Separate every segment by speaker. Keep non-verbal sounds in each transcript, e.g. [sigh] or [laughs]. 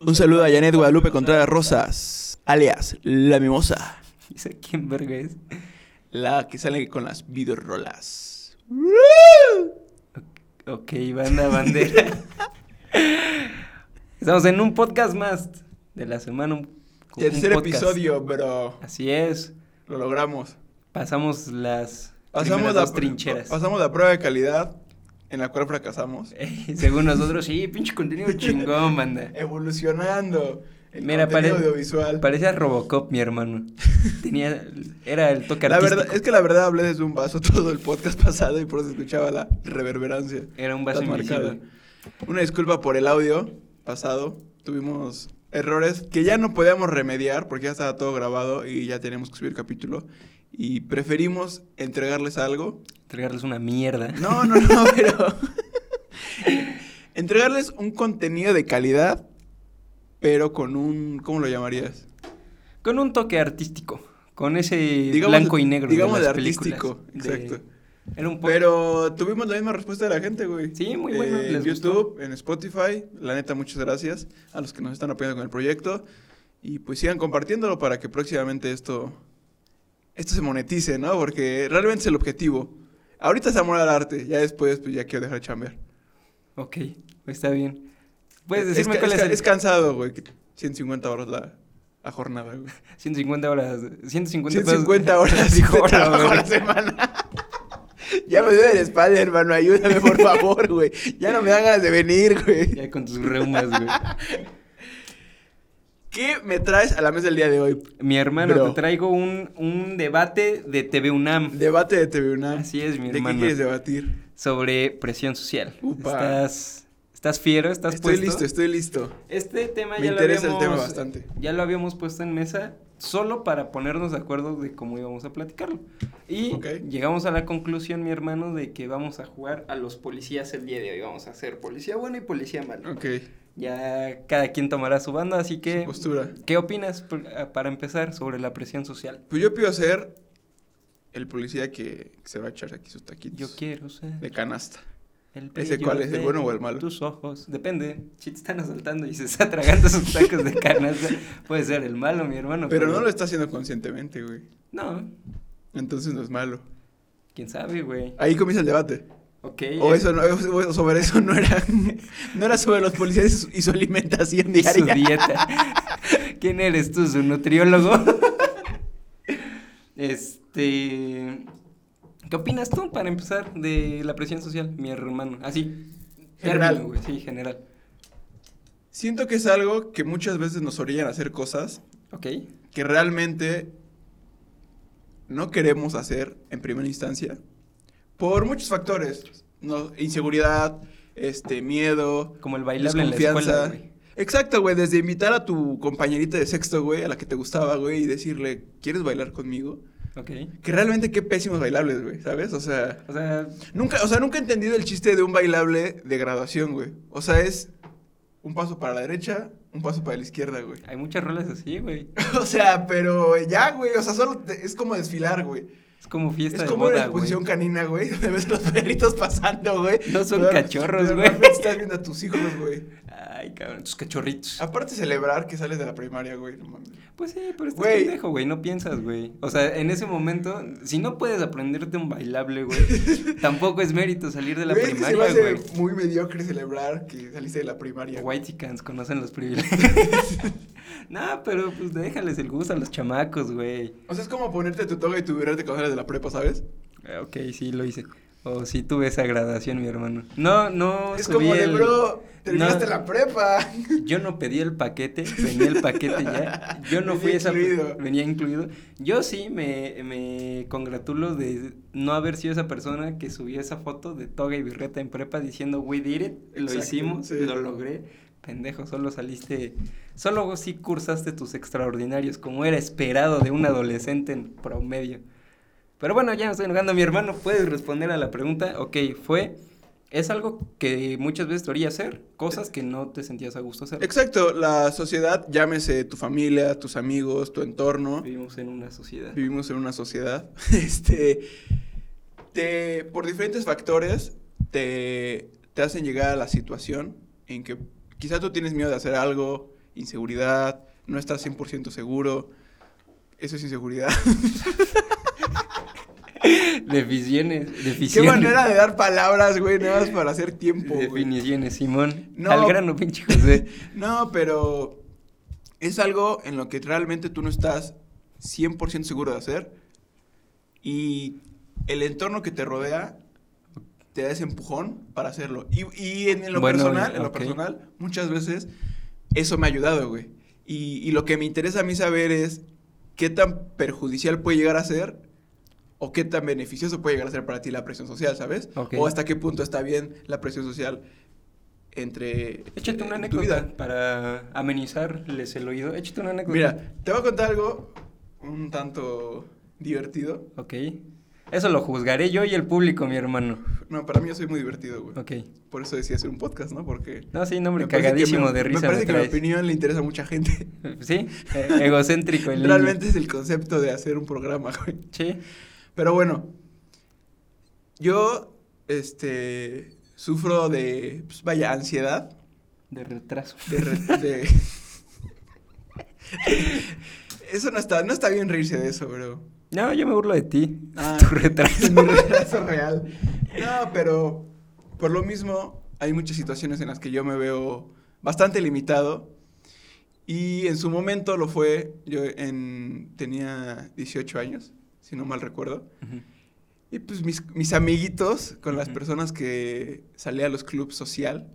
Speaker 1: Un saludo a Janet Guadalupe Contreras Rosas, alias La Mimosa.
Speaker 2: [laughs] Y sé quién verga es.
Speaker 1: La que sale con las videorolas.
Speaker 2: Ok, banda bandera. Estamos en un podcast más de la semana. un- un
Speaker 1: Tercer
Speaker 2: podcast.
Speaker 1: episodio, bro.
Speaker 2: Así es.
Speaker 1: Lo logramos.
Speaker 2: Pasamos las
Speaker 1: Pasamos
Speaker 2: primeras
Speaker 1: la,
Speaker 2: dos trincheras. [laughs]
Speaker 1: pasamos la prueba de calidad en la cual fracasamos.
Speaker 2: Eh, Según nosotros, sí, pinche
Speaker 1: [laughs]
Speaker 2: contenido chingón, banda.
Speaker 1: Evolucionando. El
Speaker 2: Mira,
Speaker 1: contenido
Speaker 2: pare-
Speaker 1: audiovisual.
Speaker 2: Parecía Robocop,
Speaker 1: [laughs]
Speaker 2: mi hermano. Tenía, era el toque
Speaker 1: la
Speaker 2: artístico.
Speaker 1: verdad, es que la verdad hablé desde un vaso [laughs] todo el podcast pasado y por eso escuchaba la reverberancia.
Speaker 2: Era un vaso
Speaker 1: Estás marcado.
Speaker 2: invisible.
Speaker 1: Una disculpa por el audio pasado. Tuvimos errores que ya no podíamos remediar porque ya estaba todo grabado y ya teníamos que subir capítulo. Y preferimos entregarles algo.
Speaker 2: Entregarles una mierda.
Speaker 1: No, no, no, [laughs] pero. entregarles un contenido de calidad, pero con un. ¿Cómo lo llamarías?
Speaker 2: Con un toque artístico. Con ese
Speaker 1: Digamos-
Speaker 2: blanco y negro.
Speaker 1: digamos
Speaker 2: de
Speaker 1: de
Speaker 2: las películas.
Speaker 1: artístico,
Speaker 2: De-
Speaker 1: exacto.
Speaker 2: Era un poco.
Speaker 1: Pero tuvimos la misma respuesta de la gente, güey.
Speaker 2: Sí, muy bueno,
Speaker 1: Eh, en
Speaker 2: les gustó.
Speaker 1: YouTube, en Spotify. La neta, muchas gracias a los que nos están apoyando con el proyecto. Y pues sigan compartiéndolo para que próximamente esto, esto se monetice, ¿no? Porque realmente es el objetivo. Ahorita es amor al arte, ya después pues, ya quiero dejar de chambear.
Speaker 2: Ok, está bien.
Speaker 1: Es-
Speaker 2: Puedes decirme
Speaker 1: es, ca-
Speaker 2: cuál
Speaker 1: es,
Speaker 2: es,
Speaker 1: ca-
Speaker 2: el
Speaker 1: es cansado, güey. que 150 horas la, la jornada, güey.
Speaker 2: 150 horas. 150, pesos-
Speaker 1: 150
Speaker 2: [laughs]
Speaker 1: horas de
Speaker 2: Dijo, "Ahora, [laughs]
Speaker 1: trabajo a
Speaker 2: güey".
Speaker 1: la semana. [laughs] ya me duele la espalda, hermano. Ayúdame, por favor, güey. Ya no me dan ganas de venir, güey.
Speaker 2: Ya con tus reumas, güey.
Speaker 1: ¿Qué me traes a la mesa el día de hoy?
Speaker 2: Mi hermano,
Speaker 1: Bro.
Speaker 2: te traigo un, un debate de TV UNAM
Speaker 1: Debate de TVUNAM.
Speaker 2: Así es, Ah, mi
Speaker 1: ¿De qué
Speaker 2: hermano.
Speaker 1: quieres debatir?
Speaker 2: sobre presión social.
Speaker 1: Upa.
Speaker 2: Estás estás fiero, estás
Speaker 1: Estoy
Speaker 2: puesto?
Speaker 1: listo, estoy listo.
Speaker 2: Este tema
Speaker 1: Me
Speaker 2: ya
Speaker 1: interesa el
Speaker 2: lo
Speaker 1: tema
Speaker 2: habíamos,
Speaker 1: bastante.
Speaker 2: Ya lo habíamos puesto en mesa solo para ponernos de acuerdo de cómo íbamos a platicarlo. Y
Speaker 1: Ok.
Speaker 2: llegamos a la conclusión, mi hermano, de que vamos a jugar a los policías el día de hoy. Vamos a ser policía bueno y policía malo.
Speaker 1: Ok,
Speaker 2: Ya cada quien tomará su banda, así que...
Speaker 1: postura.
Speaker 2: ¿Qué opinas por- a- para empezar sobre la presión social?
Speaker 1: Pues yo pido ser el policía que que se va a echar aquí sus taquitos.
Speaker 2: Yo quiero ser
Speaker 1: De canasta.
Speaker 2: el
Speaker 1: ¿ese
Speaker 2: brillo
Speaker 1: cuál es, el
Speaker 2: de
Speaker 1: bueno o el malo?
Speaker 2: Tus ojos, depende. Si te están asaltando y se está tragando sus tacos de canasta, [laughs] puede ser el malo, mi hermano.
Speaker 1: Pero no lo está haciendo conscientemente, güey.
Speaker 2: No,
Speaker 1: Entonces no es malo.
Speaker 2: quién sabe, güey.
Speaker 1: Ahí comienza el debate.
Speaker 2: Ok.
Speaker 1: O
Speaker 2: eh,
Speaker 1: eso no, o sobre eso no era, [laughs] no era sobre los policías y su- y su alimentación
Speaker 2: y su
Speaker 1: diaria.
Speaker 2: dieta.
Speaker 1: [laughs]
Speaker 2: ¿Quién eres tú, su nutriólogo? [laughs] este... ¿Qué opinas tú para empezar de la presión social, mi hermano? Así.
Speaker 1: General.
Speaker 2: término, güey, Sí, general.
Speaker 1: Siento que es algo que muchas veces nos orillan a hacer cosas
Speaker 2: Ok.
Speaker 1: que realmente no queremos hacer en primera instancia por muchos factores, No, inseguridad, este miedo,
Speaker 2: Como el bailable en la escuela, güey.
Speaker 1: Exacto, güey, desde invitar a tu compañerita de sexto, güey, a la que te gustaba, güey, y decirle, "¿Quieres bailar conmigo?"
Speaker 2: Ok.
Speaker 1: Que realmente qué pésimos bailables, güey, ¿sabes? O sea,
Speaker 2: O sea,
Speaker 1: Nunca, o sea, nunca he entendido el chiste de un bailable de graduación, güey. O sea, es un paso para la derecha, un paso para la izquierda, güey.
Speaker 2: hay muchas rolas así, güey.
Speaker 1: [laughs] O sea, pero ya, güey. O sea, solo te- es como desfilar, güey.
Speaker 2: Es como fiesta
Speaker 1: Es
Speaker 2: de
Speaker 1: como una
Speaker 2: boda, güey.
Speaker 1: exposición canina, güey. [laughs] Donde ves los perritos pasando, güey.
Speaker 2: No son
Speaker 1: Pero-
Speaker 2: cachorros,
Speaker 1: pero
Speaker 2: güey.
Speaker 1: realmente Estás viendo a tus hijos, güey.
Speaker 2: Ay, cabrón, tus cachorritos.
Speaker 1: Aparte, celebrar que sales de la primaria, güey. No mames.
Speaker 2: Pues sí, pero estás
Speaker 1: Güey.
Speaker 2: pendejo, güey, no piensas, güey. O sea, en ese momento, si no puedes aprenderte un
Speaker 1: [laughs]
Speaker 2: bailable, güey, tampoco es mérito salir de la
Speaker 1: Güey, es que se me
Speaker 2: primaria,
Speaker 1: hace
Speaker 2: güey.
Speaker 1: muy mediocre celebrar que saliste de la primaria. güey.
Speaker 2: White chicans conocen los
Speaker 1: [laughs]
Speaker 2: privilegios. no, pero pues déjales el gusto a los chamacos, güey.
Speaker 1: O sea, es como ponerte tu toga y tu birrete cuando sales de la prepa, ¿sabes?
Speaker 2: Eh, Ok, sí, lo hice. O sí tuve esa gradación, mi hermano. No, no
Speaker 1: es
Speaker 2: subí
Speaker 1: como de,
Speaker 2: el-
Speaker 1: bro, terminaste
Speaker 2: no.
Speaker 1: la prepa.
Speaker 2: Yo no pedí el paquete, venía el paquete ya. Yo no fui
Speaker 1: Venía
Speaker 2: a esa.
Speaker 1: incluido.
Speaker 2: Venía incluido. Yo sí me, me congratulo de no haber sido esa persona que subió esa foto de toga y birreta en prepa diciendo, we did it, lo
Speaker 1: Exacto,
Speaker 2: hicimos,
Speaker 1: sí.
Speaker 2: lo logré. Pendejo, solo saliste. Solo sí cursaste tus extraordinarios, como era esperado de un adolescente en promedio. Pero bueno, ya me estoy enojando. Mi hermano, ¿puedes responder a la pregunta? Ok, fue. Es algo que muchas veces te orilla a hacer, cosas que no te sentías a gusto hacer.
Speaker 1: Exacto, la sociedad, llámese tu familia, tus amigos, tu entorno,
Speaker 2: Vivimos en una sociedad.
Speaker 1: vivimos en una sociedad, [laughs] este, te, por diferentes factores te, te hacen llegar a la situación en que quizás tú tienes miedo de hacer algo inseguridad, no estás 100% seguro. Eso es inseguridad.
Speaker 2: Definiciones.
Speaker 1: [laughs]
Speaker 2: definiciones.
Speaker 1: Qué manera de dar palabras, güey, nada más para hacer tiempo. güey.
Speaker 2: Definiciones, Simón.
Speaker 1: No.
Speaker 2: Al grano, pinche José.
Speaker 1: [laughs] No, pero es algo en lo que realmente tú no estás 100% seguro de hacer. Y el entorno que te rodea te da ese empujón para hacerlo. Y, y en, lo
Speaker 2: Bueno,
Speaker 1: personal,
Speaker 2: y-
Speaker 1: en lo
Speaker 2: ok.
Speaker 1: personal, muchas veces eso me ha ayudado, güey. Y, y lo que me interesa a mí saber es qué tan perjudicial puede llegar a ser o qué tan beneficioso puede llegar a ser para ti la presión social, ¿sabes?
Speaker 2: Ok.
Speaker 1: O hasta qué punto está bien la presión social entre
Speaker 2: Échate una
Speaker 1: en tu vida.
Speaker 2: anécdota para amenizarles el oído. Échate una anécdota.
Speaker 1: Mira, te voy a contar algo un tanto divertido.
Speaker 2: Ok. Eso lo juzgaré yo y el público, mi hermano.
Speaker 1: No, para mí yo soy muy divertido, güey.
Speaker 2: Ok.
Speaker 1: Por eso decía hacer un podcast, ¿no? Porque...
Speaker 2: No, sí, no, hombre,
Speaker 1: me parece que
Speaker 2: cagadísimo
Speaker 1: mi-
Speaker 2: de risa.
Speaker 1: Me parece
Speaker 2: me
Speaker 1: que mi
Speaker 2: traes.
Speaker 1: opinión le interesa a mucha
Speaker 2: [laughs]
Speaker 1: gente. [laughs]
Speaker 2: Sí, eh, egocéntrico el niño.
Speaker 1: Realmente es el concepto de hacer un programa, güey.
Speaker 2: Sí.
Speaker 1: Pero bueno, yo, este, sufro de, pues, vaya, ansiedad.
Speaker 2: De retraso.
Speaker 1: De,
Speaker 2: [laughs]
Speaker 1: re- de- [laughs] Eso no está, no está bien reírse de eso, bro.
Speaker 2: No, yo me burlo de ti.
Speaker 1: [laughs] Ah,
Speaker 2: [laughs] tu retraso.
Speaker 1: Es mi retraso real. No, pero por lo mismo hay muchas situaciones en las que yo me veo bastante limitado. Y en su momento lo fue, yo en, tenía 18 años, si no mal recuerdo.
Speaker 2: Ujú.
Speaker 1: Y pues mis, mis amiguitos, con las
Speaker 2: Ujú.
Speaker 1: personas que salía a los clubs social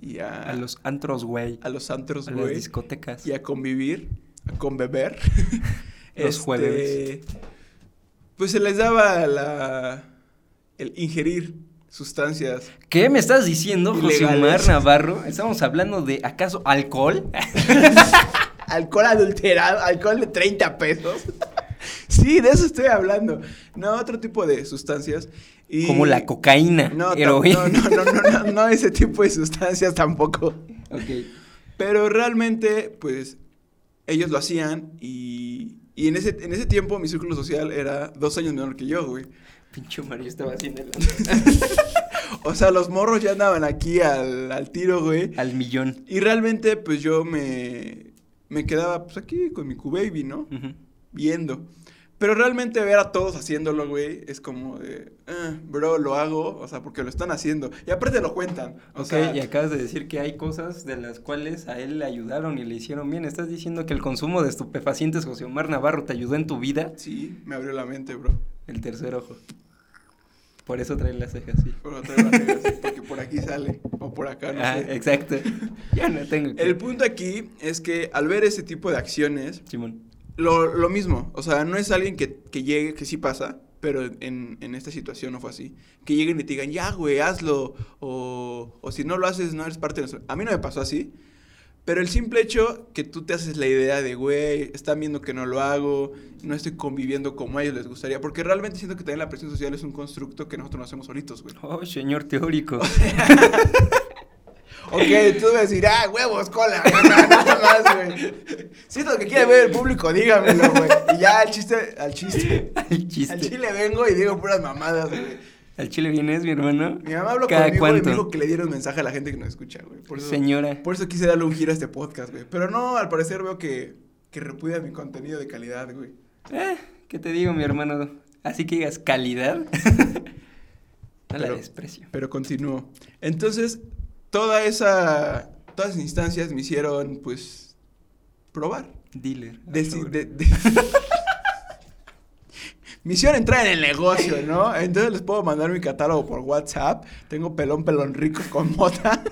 Speaker 1: y a,
Speaker 2: A los antros, güey.
Speaker 1: a los antros,
Speaker 2: A las
Speaker 1: güey,
Speaker 2: discotecas.
Speaker 1: y a convivir, a conbeber.
Speaker 2: [laughs]
Speaker 1: Este,
Speaker 2: Los jueves.
Speaker 1: Pues se les daba la, el ingerir sustancias.
Speaker 2: ¿Qué me estás diciendo, José Omar
Speaker 1: Ilegales.
Speaker 2: Navarro? ¿Estamos hablando de acaso alcohol?
Speaker 1: Alcohol adulterado, alcohol de 30 pesos. [laughs] sí, de eso estoy hablando. No, otro tipo de sustancias. Y
Speaker 2: Como la cocaína,
Speaker 1: No, tam-
Speaker 2: heroína.
Speaker 1: no, no, no, no, no, no ese tipo de sustancias tampoco.
Speaker 2: [laughs] Ok.
Speaker 1: Pero realmente, pues, ellos lo hacían y, y en, ese, en ese tiempo mi círculo social era dos años menor que yo, güey.
Speaker 2: Pincho Mario estaba haciendo el...
Speaker 1: O sea, los morros ya andaban aquí al, al tiro, güey.
Speaker 2: al millón.
Speaker 1: Y realmente, pues, yo me, me quedaba, pues, aquí con mi Q-Baby, ¿no?
Speaker 2: Ujú.
Speaker 1: Viendo. Pero realmente ver a todos haciéndolo, güey, es como de, "Ah, bro, lo hago, o sea, porque lo están haciendo. Y aparte lo cuentan. O
Speaker 2: Ok,
Speaker 1: sea,
Speaker 2: y acabas de decir que hay cosas de las cuales a él le ayudaron y le hicieron bien. ¿Estás diciendo que el consumo de estupefacientes, José Omar Navarro, te ayudó en tu vida?
Speaker 1: sí, me abrió la mente, bro.
Speaker 2: El tercer ojo. Por eso trae las cejas, sí.
Speaker 1: Por otra manera,
Speaker 2: [laughs]
Speaker 1: sí, porque por aquí sale, o por acá, no
Speaker 2: Ah,
Speaker 1: sé.
Speaker 2: exacto. ya no tengo que...
Speaker 1: El punto aquí es que al ver ese tipo de acciones,
Speaker 2: Simón.
Speaker 1: lo, lo mismo, o sea, no es alguien que, que llegue, que sí pasa, pero en, en esta situación no fue así. Que lleguen y te digan, ya, güey, hazlo, o, o si no lo haces, no eres parte de nuestro... A mí no me pasó así, pero el simple hecho que tú te haces la idea de, güey, están viendo que no lo hago, no estoy conviviendo como a ellos les gustaría, porque realmente siento que también la presión social es un constructo que nosotros nos hacemos solitos, güey.
Speaker 2: Oh, señor teórico.
Speaker 1: Ok, tú vas a decir, ah, huevos, cola, güey, no, [laughs] nada más, güey. Si es lo que quiere ver el público, dígamelo, güey. Y ya al chiste, [laughs] al chiste,
Speaker 2: [laughs] al chiste.
Speaker 1: al chile vengo y digo puras mamadas, güey.
Speaker 2: vienes, mi hermano?
Speaker 1: Mi mamá habló
Speaker 2: ¿Cada
Speaker 1: conmigo y
Speaker 2: cuánto?
Speaker 1: me dijo que le dieron mensaje a la gente que nos escucha, güey. Por eso,
Speaker 2: Señora.
Speaker 1: por eso quise darle un giro a este podcast, güey. Pero no, al parecer veo que, que repudia mi contenido de calidad, güey.
Speaker 2: Eh, ¿Qué te digo, mi hermano? Así que digas calidad.
Speaker 1: [laughs]
Speaker 2: [laughs] no la
Speaker 1: Pero-
Speaker 2: desprecio.
Speaker 1: Pero continuó. Entonces, toda esa, todas esas instancias me hicieron, pues, probar.
Speaker 2: Dealer. al
Speaker 1: Deci-
Speaker 2: Ah, sobre.
Speaker 1: de- de- [laughs] Misión entrar en el negocio, ¿no? Entonces les puedo mandar mi catálogo por WhatsApp. Tengo pelón, pelón rico con mota.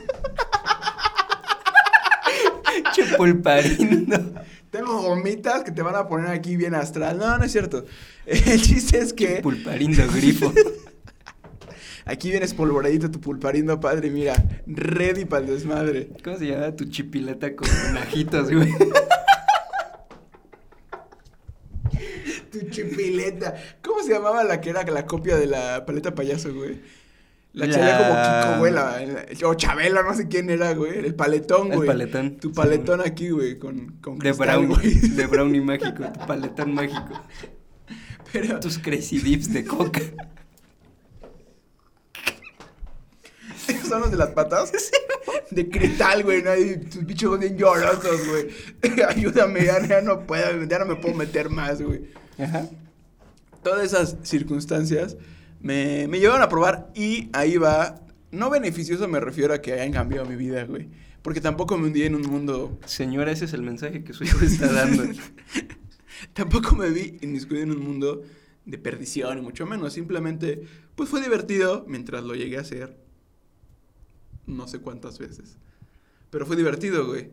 Speaker 2: Che pulparindo.
Speaker 1: Tengo gomitas que te van a poner aquí bien astral. No, no es cierto. [laughs] El chiste es que
Speaker 2: Pulparindo grifo.
Speaker 1: [laughs] aquí vienes polvoreadito tu pulparindo, padre. Mira, ready para el desmadre.
Speaker 2: ¿Cómo se llama tu chipileta con ajitos, güey?
Speaker 1: Tu chipileta. ¿Cómo se llamaba la que era la copia de la paleta payaso, güey? La que
Speaker 2: La-
Speaker 1: salía como Kiko, güey. la- o Chabelo, no sé quién era, güey. El paletón,
Speaker 2: El
Speaker 1: güey.
Speaker 2: paletón.
Speaker 1: Tu paletón aquí, güey, con, con
Speaker 2: De
Speaker 1: cristal,
Speaker 2: brownie.
Speaker 1: güey.
Speaker 2: De brownie mágico. Tu paletón mágico.
Speaker 1: [laughs] Pero,
Speaker 2: Tus crazy dips de coca.
Speaker 1: esos [laughs] son los de las patas? De cristal, güey, ¿no? Y tus bichos bien llorosos, güey. [laughs] Ayúdame, ya, ya no puedo, ya no me puedo meter más, güey.
Speaker 2: Ajá.
Speaker 1: Todas esas circunstancias me, me llevaron a probar y ahí va. No beneficioso me refiero a que hayan cambiado mi vida, güey. Porque tampoco me hundí en un mundo.
Speaker 2: Señora, ese es el mensaje que su hijo está dando.
Speaker 1: Tampoco me vi inmiscuido en un mundo de perdición, y mucho menos. Simplemente, pues fue divertido mientras lo llegué a hacer. No sé cuántas veces. Pero fue divertido, güey.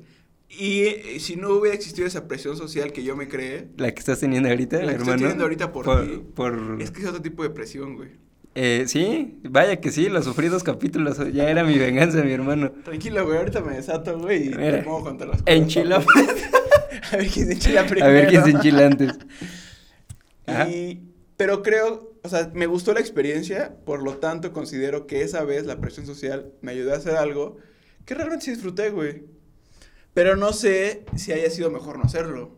Speaker 1: Y eh, si no hubiera existido esa presión social que yo me creé,
Speaker 2: La que estás teniendo ahorita,
Speaker 1: La que estoy
Speaker 2: hermano.
Speaker 1: teniendo ahorita por ti.
Speaker 2: por-
Speaker 1: es que es otro tipo de presión, güey.
Speaker 2: eh, sí, vaya que sí, lo sufrí dos capítulos. Ya era mi venganza, mi hermano.
Speaker 1: Tranquilo, güey, ahorita me desato, güey, y
Speaker 2: Mira,
Speaker 1: te puedo contar las cosas.
Speaker 2: Enchila.
Speaker 1: [laughs] A ver quién se enchila primero.
Speaker 2: A ver quién se enchila antes. Ajá.
Speaker 1: Y, pero creo, o sea, me gustó la experiencia, por lo tanto considero que esa vez la presión social me ayudó a hacer algo que realmente sí disfruté, güey. Pero no sé si haya sido mejor no hacerlo.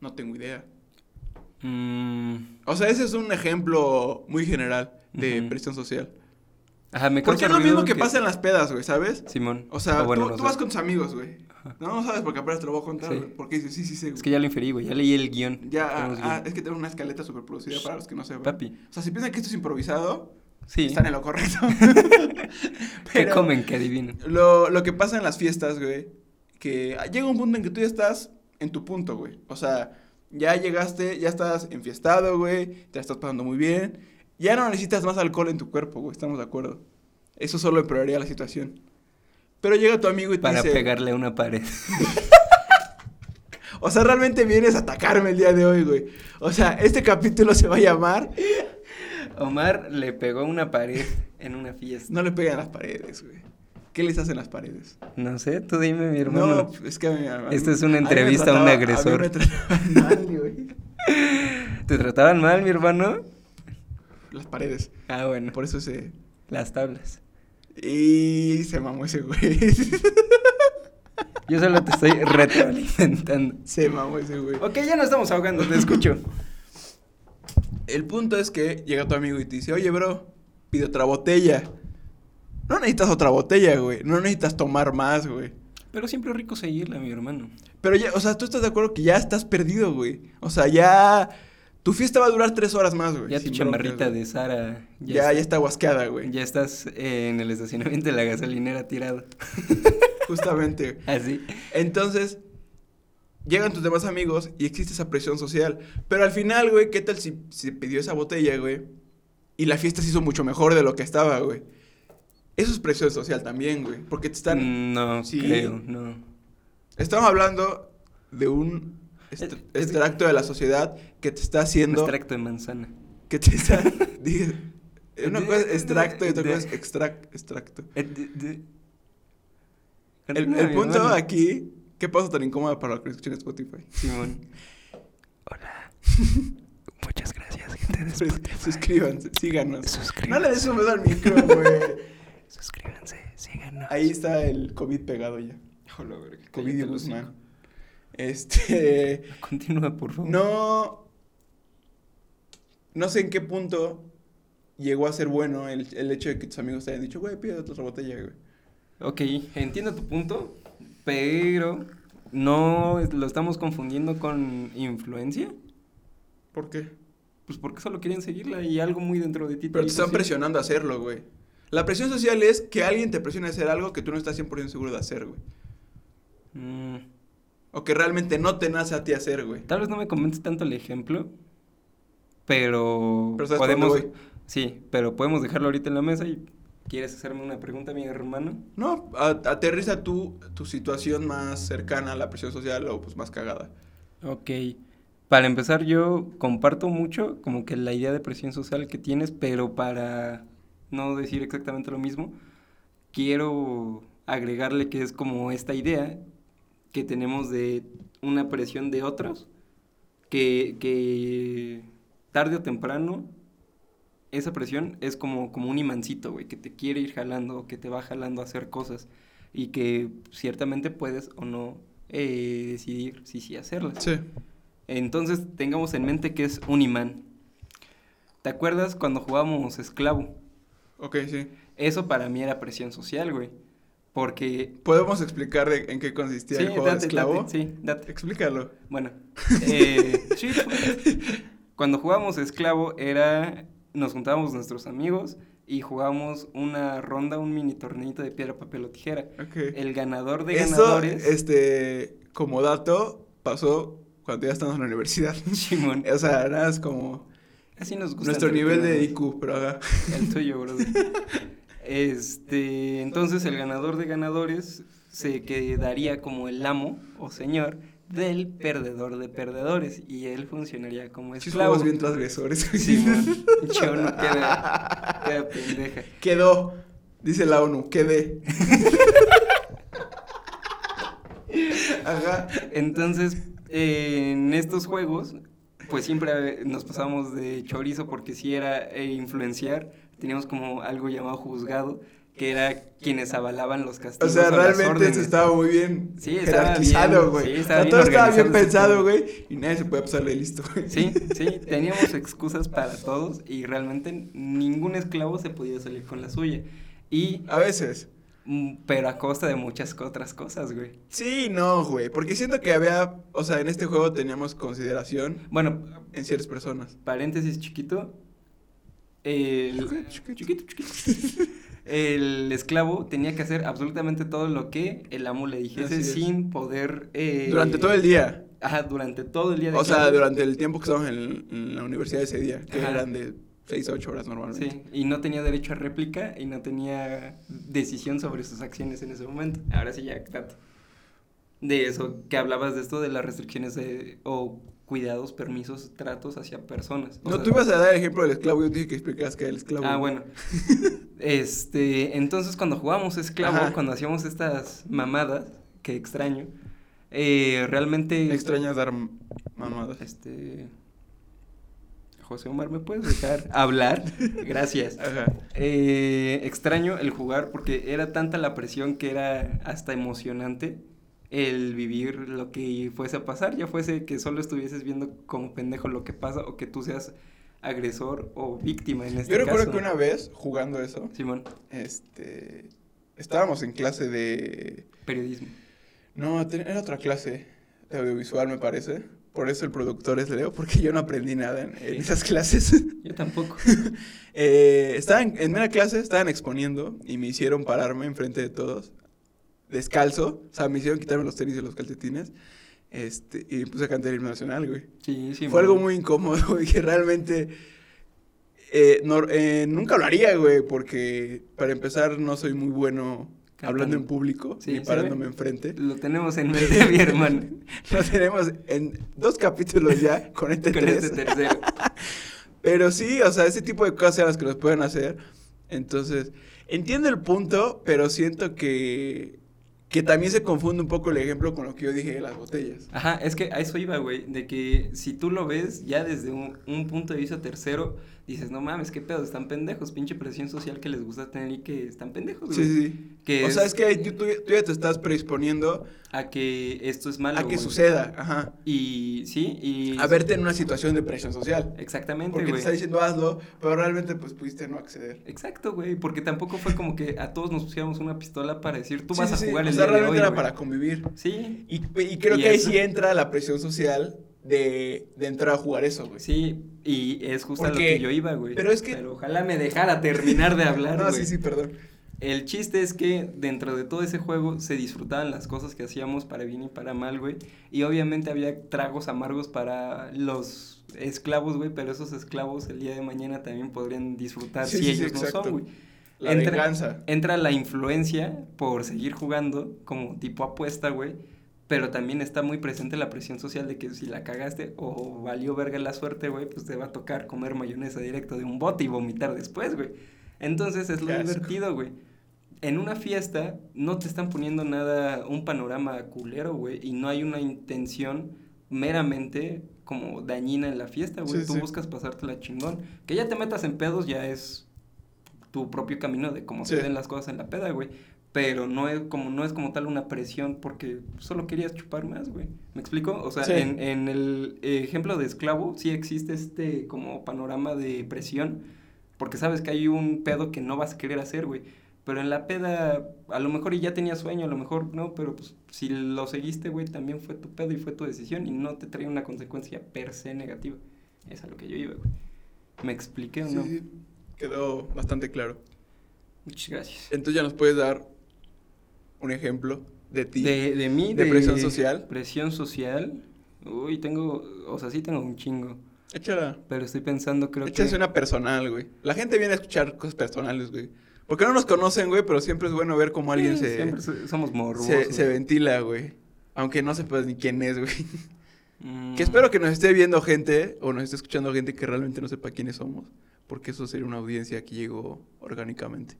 Speaker 1: No tengo idea.
Speaker 2: Mm,
Speaker 1: O sea, ese es un ejemplo muy general de
Speaker 2: Ujú.
Speaker 1: presión social.
Speaker 2: Ajá, me
Speaker 1: Porque
Speaker 2: causa
Speaker 1: es lo
Speaker 2: ruido
Speaker 1: mismo que, pasa en las pedas, güey, ¿sabes?
Speaker 2: Simón.
Speaker 1: O sea,
Speaker 2: Ah, bueno,
Speaker 1: tú,
Speaker 2: no
Speaker 1: tú
Speaker 2: sé.
Speaker 1: vas con tus amigos, güey. No, no sabes porque apenas te lo voy a contar,
Speaker 2: Sí.
Speaker 1: güey. Porque dices, sí, sí, sí.
Speaker 2: Es que ya lo inferí, güey. Ya leí el guión.
Speaker 1: Ya,
Speaker 2: Tenemos
Speaker 1: ah, ah,
Speaker 2: guión.
Speaker 1: es que tengo una escaleta super producida para los que no sepan.
Speaker 2: Papi.
Speaker 1: O sea, si piensan que esto es improvisado,
Speaker 2: Sí.
Speaker 1: están en lo correcto.
Speaker 2: [laughs]
Speaker 1: [laughs]
Speaker 2: ¿Qué
Speaker 1: Pero
Speaker 2: comen? Que adivinen.
Speaker 1: Lo, lo que pasa en las fiestas, güey, que llega un punto en que tú ya estás en tu punto, güey. O sea, ya llegaste, ya estás enfiestado, güey, te la estás pasando muy bien. Ya no necesitas más alcohol en tu cuerpo, güey, estamos de acuerdo. Eso solo empeoraría la situación. Pero llega tu amigo y te
Speaker 2: Para
Speaker 1: dice...
Speaker 2: pegarle a una pared. [laughs]
Speaker 1: O sea, realmente vienes a atacarme el día de hoy, güey. O sea, este capítulo se va a llamar
Speaker 2: Omar le pegó a una pared en una fiesta.
Speaker 1: No le pegan las paredes, güey. ¿Qué les hacen las paredes?
Speaker 2: No sé, tú dime, mi hermano.
Speaker 1: No, es que a mí- a mí-
Speaker 2: Esta es una
Speaker 1: mí me
Speaker 2: entrevista a un
Speaker 1: trataba-
Speaker 2: agresor.
Speaker 1: mí me trataban [laughs] mal, güey.
Speaker 2: ¿Te trataban mal, mi hermano?
Speaker 1: Las paredes.
Speaker 2: Ah, bueno.
Speaker 1: Por eso se.
Speaker 2: Las tablas.
Speaker 1: Y se mamó ese güey. [laughs]
Speaker 2: Yo solo te estoy [laughs] retroalimentando.
Speaker 1: se mamó ese güey.
Speaker 2: Ok, ya no estamos ahogando, te escucho.
Speaker 1: El punto es que llega tu amigo y te dice, oye, bro, pide otra botella. No necesitas otra botella, güey. No necesitas tomar más, güey.
Speaker 2: [laughs] Pero siempre es rico seguirla, mi hermano.
Speaker 1: Pero ya, o sea, tú estás de acuerdo que ya estás perdido, güey. O sea, ya. Tu fiesta va a durar tres horas más, güey.
Speaker 2: Ya
Speaker 1: Pues
Speaker 2: tu
Speaker 1: sin
Speaker 2: chamarrita
Speaker 1: broncas,
Speaker 2: de Sara.
Speaker 1: güey. Ya, ya está guasqueada, güey.
Speaker 2: ya estás eh, en el estacionamiento de la gasolinera tirado.
Speaker 1: Justamente.
Speaker 2: Así.
Speaker 1: Entonces, llegan tus demás amigos y existe esa presión social. Pero al final, güey, ¿qué tal si se pidió esa botella, güey? Y la fiesta se hizo mucho mejor de lo que estaba, güey. Eso es presión social también, güey. Porque te están.
Speaker 2: Mm, No,
Speaker 1: Sí.
Speaker 2: creo, no.
Speaker 1: Estamos hablando de un est-
Speaker 2: Es- es-
Speaker 1: extracto de la sociedad que te está
Speaker 2: Un
Speaker 1: haciendo.
Speaker 2: extracto de manzana.
Speaker 1: Que te
Speaker 2: [laughs]
Speaker 1: está. dije, una
Speaker 2: De-
Speaker 1: cosa es extracto y otra
Speaker 2: de-
Speaker 1: cosa es extrac- extracto.
Speaker 2: Eh, de- de-
Speaker 1: El,
Speaker 2: No,
Speaker 1: el
Speaker 2: mi
Speaker 1: punto
Speaker 2: hermano.
Speaker 1: aquí. ¿Qué pasa tan incómodo para los que escuchan Spotify?
Speaker 2: Simón. Hola. Muchas gracias, gente
Speaker 1: [laughs]
Speaker 2: de
Speaker 1: Pues, Suscríbanse, síganos. No
Speaker 2: Suscríbanse.
Speaker 1: le des un beso al micro, güey.
Speaker 2: [laughs] Suscríbanse, síganos.
Speaker 1: Ahí está el COVID pegado ya.
Speaker 2: Hola, verga.
Speaker 1: COVID y Guzmán. Este.
Speaker 2: Continúa, por favor.
Speaker 1: No. No sé en qué punto llegó a ser bueno el, el hecho de que tus amigos te hayan dicho, güey, pide otra botella, güey.
Speaker 2: Ok, entiendo tu punto, pero no es- lo estamos confundiendo con influencia.
Speaker 1: ¿Por qué?
Speaker 2: Pues porque solo quieren seguirla y algo muy dentro de ti.
Speaker 1: Pero te
Speaker 2: dice,
Speaker 1: están
Speaker 2: "Sí".
Speaker 1: presionando a hacerlo, güey. La presión social es que alguien te presione a hacer algo que tú no estás 100% seguro de hacer, güey.
Speaker 2: Mm,
Speaker 1: O que realmente no te nace a ti hacer, güey.
Speaker 2: tal vez no me convence tanto el ejemplo, pero,
Speaker 1: Pero sabes por dónde
Speaker 2: podemos.
Speaker 1: voy.
Speaker 2: Sí, pero podemos dejarlo ahorita en la mesa y. ¿Quieres hacerme una pregunta, mi hermano?
Speaker 1: No, a- aterriza tú tu situación más cercana a la presión social o pues más cagada.
Speaker 2: Ok. Para empezar, yo comparto mucho como que la idea de presión social que tienes, pero para no decir exactamente lo mismo, quiero agregarle que es como esta idea que tenemos de una presión de otros, que, que tarde o temprano esa presión es como, como un imancito, güey, que te quiere ir jalando, que te va jalando a hacer cosas y que ciertamente puedes o no eh, decidir si sí hacerlas.
Speaker 1: Sí.
Speaker 2: Entonces tengamos en mente que es un imán. ¿Te acuerdas cuando jugábamos esclavo?
Speaker 1: Ok, sí.
Speaker 2: Eso para mí era presión social, güey. Porque...
Speaker 1: ¿Podemos explicar de- en qué consistía el juego de esclavo?
Speaker 2: date, sí,
Speaker 1: [laughs]
Speaker 2: date.
Speaker 1: Explícalo.
Speaker 2: Bueno, eh, sí, pues, cuando jugábamos esclavo era, nos juntábamos nuestros amigos y jugábamos una ronda, un mini torneito de piedra, papel o tijera.
Speaker 1: Ok.
Speaker 2: El ganador Eh, de
Speaker 1: Eso,
Speaker 2: ganadores,
Speaker 1: este, como dato, pasó cuando ya estamos en la universidad.
Speaker 2: [laughs]
Speaker 1: [laughs]
Speaker 2: Simón.
Speaker 1: o sea, nada, es como
Speaker 2: Así nos gusta.
Speaker 1: nuestro nivel de
Speaker 2: entretenernos.
Speaker 1: IQ, pero ajá.
Speaker 2: El tuyo, bro. Este, entonces el ganador de ganadores se quedaría como el amo o señor del perdedor de perdedores y él funcionaría como
Speaker 1: Sí,
Speaker 2: esclavo.
Speaker 1: somos bien transgresores. güey.
Speaker 2: Simón, yo no queda, queda pendeja.
Speaker 1: [laughs] Quedó, dice la ONU,
Speaker 2: [laughs]
Speaker 1: quedé. ajá.
Speaker 2: Entonces, eh, en estos juegos, pues siempre eh, nos pasábamos de chorizo porque si era eh, influenciar, teníamos como algo llamado juzgado, que era quienes avalaban los
Speaker 1: O
Speaker 2: castigos.
Speaker 1: sea,
Speaker 2: las
Speaker 1: realmente
Speaker 2: órdenes.
Speaker 1: eso estaba muy bien
Speaker 2: Sí, estaba
Speaker 1: jerarquizado,
Speaker 2: bien,
Speaker 1: güey.
Speaker 2: sí,
Speaker 1: O
Speaker 2: estaba
Speaker 1: sea,
Speaker 2: bien
Speaker 1: todo estaba bien
Speaker 2: organizado ese
Speaker 1: pensado,
Speaker 2: pedo.
Speaker 1: güey. Y nadie se puede pasar de listo, güey.
Speaker 2: Sí, sí, teníamos excusas para todos y realmente ningún esclavo se podía salir con la suya. Y,
Speaker 1: [laughs] A veces.
Speaker 2: mm, pero a costa de muchas co- otras cosas, güey.
Speaker 1: Sí, no, güey. Porque siento que había. O sea, en este juego teníamos consideración
Speaker 2: Bueno,
Speaker 1: en ciertas personas.
Speaker 2: paréntesis chiquito. El,
Speaker 1: Chiquito,
Speaker 2: chiquito, chiquito. El esclavo tenía que hacer absolutamente todo lo que el amo le dijese
Speaker 1: Así es.
Speaker 2: sin poder... eh,
Speaker 1: Durante todo el día.
Speaker 2: Ajá, durante todo el día. de
Speaker 1: O sea,
Speaker 2: clase.
Speaker 1: durante el tiempo que estábamos en, en la universidad ese día, que
Speaker 2: Ajá.
Speaker 1: eran de 6 a 8 horas normalmente.
Speaker 2: Sí, y no tenía derecho a réplica y no tenía decisión sobre sus acciones en ese momento. Ahora sí, ya, date. De eso, que hablabas de esto de las restricciones de, o cuidados, permisos, tratos hacia personas. O
Speaker 1: No,
Speaker 2: sea,
Speaker 1: tú ibas a dar el ejemplo del esclavo, yo te dije que explicaras que era el esclavo. [laughs]
Speaker 2: Ah, bueno. este, entonces cuando jugábamos esclavo,
Speaker 1: Ajá.
Speaker 2: cuando hacíamos estas mamadas, que extraño, eh, realmente...
Speaker 1: Me extrañas dar m- mamadas.
Speaker 2: Este... José Omar, ¿me puedes dejar
Speaker 1: [laughs]
Speaker 2: hablar? Gracias.
Speaker 1: Ajá.
Speaker 2: Eh, extraño el jugar porque era tanta la presión que era hasta emocionante el vivir lo que fuese a pasar, ya fuese que solo estuvieses viendo como pendejo lo que pasa o que tú seas agresor o víctima en este
Speaker 1: Yo recuerdo
Speaker 2: caso.
Speaker 1: que una vez, jugando eso,
Speaker 2: Simón,
Speaker 1: este. Estábamos en clase de.
Speaker 2: periodismo.
Speaker 1: No, ten- era otra clase de audiovisual, me parece. Por eso el productor es Leo, porque yo no aprendí nada en- en
Speaker 2: Sí.
Speaker 1: esas clases. [laughs]
Speaker 2: Yo tampoco.
Speaker 1: Eh, estaban en una clase, estaban exponiendo y me hicieron pararme enfrente de todos, descalzo, o sea, me hicieron quitarme los tenis y los calcetines, este, y me puse a cantar el himno nacional, güey.
Speaker 2: Sí, sí.
Speaker 1: Fue
Speaker 2: man.
Speaker 1: algo muy incómodo, [laughs] güey, que realmente eh, no- eh, nunca lo haría, güey, porque para empezar no soy muy bueno
Speaker 2: Cantando.
Speaker 1: hablando en público
Speaker 2: Sí,
Speaker 1: ni
Speaker 2: sí,
Speaker 1: parándome enfrente. [laughs]
Speaker 2: Lo tenemos en mente, [laughs] mi hermano.
Speaker 1: Lo tenemos en dos capítulos
Speaker 2: [laughs]
Speaker 1: ya con este
Speaker 2: con
Speaker 1: tres.
Speaker 2: este tercero.
Speaker 1: Pero sí, o sea, ese tipo de cosas eran las que los pueden hacer. Entonces, entiendo el punto, pero siento que, que también se confunde un poco el ejemplo con lo que yo dije de las botellas.
Speaker 2: Ajá, es que a eso iba, güey, de que si tú lo ves ya desde un, un punto de vista tercero, dices, no mames, qué pedo, están pendejos, pinche presión social que les gusta tener y que están pendejos,
Speaker 1: Sí,
Speaker 2: güey.
Speaker 1: sí, sí.
Speaker 2: Que
Speaker 1: o sea,
Speaker 2: es-
Speaker 1: es que tú, tú- tú ya te estás predisponiendo
Speaker 2: A que esto es malo.
Speaker 1: a que
Speaker 2: güey.
Speaker 1: suceda, ajá.
Speaker 2: Y sí, y...
Speaker 1: A verte en una situación de presión social.
Speaker 2: Exactamente,
Speaker 1: Porque te
Speaker 2: güey.
Speaker 1: está diciendo hazlo, pero realmente pues pudiste no acceder.
Speaker 2: Exacto, güey, porque tampoco fue como que a todos nos pusiéramos una pistola para decir, tú
Speaker 1: Sí,
Speaker 2: vas
Speaker 1: sí,
Speaker 2: a
Speaker 1: sí.
Speaker 2: jugar
Speaker 1: O
Speaker 2: el
Speaker 1: sea,
Speaker 2: día de
Speaker 1: realmente
Speaker 2: hoy,
Speaker 1: era
Speaker 2: güey".
Speaker 1: para convivir.
Speaker 2: Sí,
Speaker 1: Y, y creo
Speaker 2: Y
Speaker 1: que ahí
Speaker 2: eso-
Speaker 1: sí entra la presión social de, de entrar a jugar eso, güey.
Speaker 2: sí, y es justo a lo
Speaker 1: Porque-
Speaker 2: que yo iba, güey.
Speaker 1: pero es que-
Speaker 2: Pero ojalá me dejara terminar de
Speaker 1: [laughs]
Speaker 2: hablar,
Speaker 1: no,
Speaker 2: güey.
Speaker 1: Ah, sí, sí, perdón.
Speaker 2: El chiste es que dentro de todo ese juego se disfrutaban las cosas que hacíamos para bien y para mal, güey. Y obviamente había tragos amargos para los esclavos, güey, pero esos esclavos el día de mañana también podrían disfrutar
Speaker 1: Sí,
Speaker 2: si
Speaker 1: sí, sí,
Speaker 2: ellos no
Speaker 1: exacto.
Speaker 2: son, güey.
Speaker 1: La
Speaker 2: Entra-
Speaker 1: venganza.
Speaker 2: Entra la influencia por seguir jugando como tipo apuesta, güey. Pero también está muy presente la presión social de que si la cagaste o valió verga la suerte, güey, pues te va a tocar comer mayonesa directo de un bote y vomitar después, güey. Entonces es lo
Speaker 1: Qué asco.
Speaker 2: divertido, güey. En una fiesta no te están poniendo nada, un panorama culero, güey, y no hay una intención meramente como dañina en la fiesta, güey.
Speaker 1: Sí,
Speaker 2: Tú
Speaker 1: sí.
Speaker 2: buscas pasártela chingón. Que ya te metas en pedos ya es tu propio camino de cómo se
Speaker 1: Sí.
Speaker 2: ven las cosas en la peda, güey. Pero no es como, no es como tal una presión porque solo querías chupar más, güey. ¿Me explico? O sea,
Speaker 1: Sí.
Speaker 2: en, en el ejemplo de esclavo sí existe este como panorama de presión Porque sabes que hay un pedo que no vas a querer hacer, güey. Pero en la peda, a lo mejor y ya tenía sueño, a lo mejor no, pero pues si lo seguiste, güey, también fue tu pedo y fue tu decisión y no te trae una consecuencia per se negativa. Es a lo que yo iba, güey. ¿Me expliqué o
Speaker 1: Sí,
Speaker 2: no?
Speaker 1: sí, quedó bastante claro.
Speaker 2: Muchas gracias.
Speaker 1: Entonces ya nos puedes dar un ejemplo de ti.
Speaker 2: De, de mí,
Speaker 1: de presión social.
Speaker 2: Presión social. Uy, tengo, o sea, sí tengo un chingo.
Speaker 1: Échala.
Speaker 2: Pero estoy pensando, creo
Speaker 1: Échase
Speaker 2: que...
Speaker 1: una personal, güey. La gente viene a escuchar cosas personales, güey. Porque no nos conocen, güey, pero siempre es bueno ver cómo alguien
Speaker 2: Sí,
Speaker 1: se,
Speaker 2: siempre so- somos morbosos.
Speaker 1: se, se ventila, güey. Aunque no sepas ni quién es, güey.
Speaker 2: Mm.
Speaker 1: Que espero que nos esté viendo gente o nos esté escuchando gente que realmente no sepa quiénes somos. Porque eso sería una audiencia que llegó orgánicamente.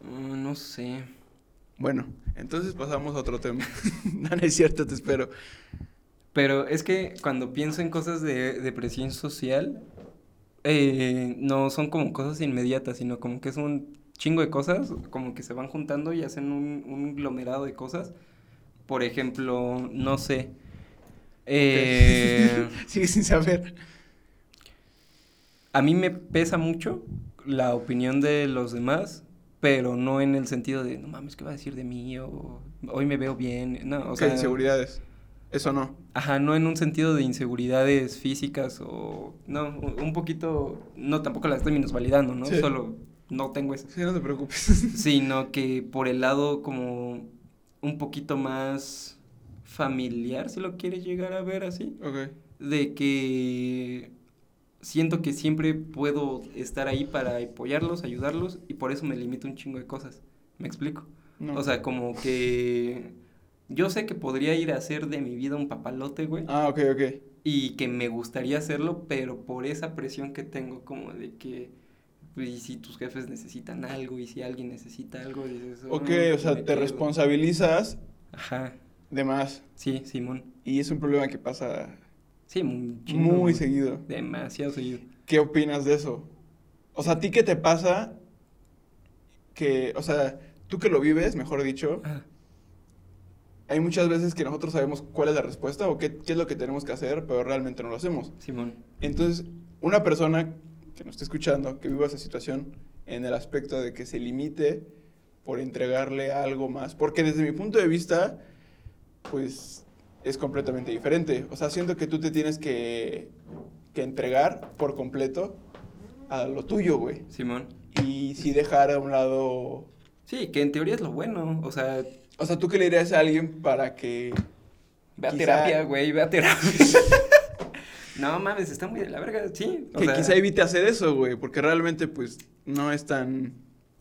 Speaker 2: Mm, no sé.
Speaker 1: Bueno, entonces pasamos a otro tema. [laughs] no, no es cierto, te espero.
Speaker 2: Pero es que cuando pienso en cosas de, de presión social, eh, no son como cosas inmediatas, sino como que es un chingo de cosas, como que se van juntando y hacen un, un glomerado de cosas. Por ejemplo, no sé. Eh,
Speaker 1: [laughs] Sigue sin saber.
Speaker 2: A mí me pesa mucho la opinión de los demás, pero no en el sentido de, no mames, ¿qué va a decir de mí? O hoy me veo bien. No, o
Speaker 1: O
Speaker 2: sea,
Speaker 1: inseguridades. Eso no.
Speaker 2: Ajá, no en un sentido de inseguridades físicas o... No, u- un poquito... No, tampoco las estoy minusvalidando, ¿no?
Speaker 1: Sí.
Speaker 2: Solo no tengo eso.
Speaker 1: Sí, no te preocupes.
Speaker 2: Sino que por el lado como un poquito más familiar, si lo quieres llegar a ver así
Speaker 1: [laughs] ok.
Speaker 2: de que siento que siempre puedo estar ahí para apoyarlos, ayudarlos y por eso me limito un chingo de cosas. ¿Me explico?
Speaker 1: No.
Speaker 2: O sea, como que yo sé que podría ir a hacer de mi vida un papalote, güey,
Speaker 1: Ah, ok, ok.
Speaker 2: y que me gustaría hacerlo, pero por esa presión que tengo como de que pues, y si tus jefes necesitan algo y si alguien necesita algo, dices,
Speaker 1: Ok,
Speaker 2: "Ah,
Speaker 1: o sea,
Speaker 2: me
Speaker 1: te
Speaker 2: quedo".
Speaker 1: responsabilizas
Speaker 2: Ajá.
Speaker 1: de más.
Speaker 2: Sí, Simón.
Speaker 1: Y es un problema que pasa
Speaker 2: Sí, un chingo,
Speaker 1: muy
Speaker 2: güey.
Speaker 1: seguido.
Speaker 2: Demasiado seguido.
Speaker 1: ¿Qué opinas de eso? O sea, ¿a ti qué te pasa? Que, o sea, tú que lo vives, mejor dicho,
Speaker 2: Ajá.
Speaker 1: hay muchas veces que nosotros sabemos cuál es la respuesta o qué, qué es lo que tenemos que hacer, pero realmente no lo hacemos.
Speaker 2: Simón.
Speaker 1: Entonces, una persona que nos esté escuchando, que viva esa situación en el aspecto de que se limite por entregarle algo más, porque desde mi punto de vista, pues es completamente diferente. O sea, siento que tú te tienes que, que entregar por completo a lo tuyo, güey.
Speaker 2: Simón.
Speaker 1: Y si dejar a un lado...
Speaker 2: Sí, que en teoría es lo bueno. O sea,
Speaker 1: O sea, ¿tú qué le dirías a alguien para que...
Speaker 2: ve a
Speaker 1: Quizá-
Speaker 2: terapia, güey, ve a terapia.
Speaker 1: [laughs]
Speaker 2: [laughs] no mames, está muy de la verga, sí. O
Speaker 1: que
Speaker 2: sea,
Speaker 1: quizá evite hacer eso, güey? Porque realmente, pues, no es tan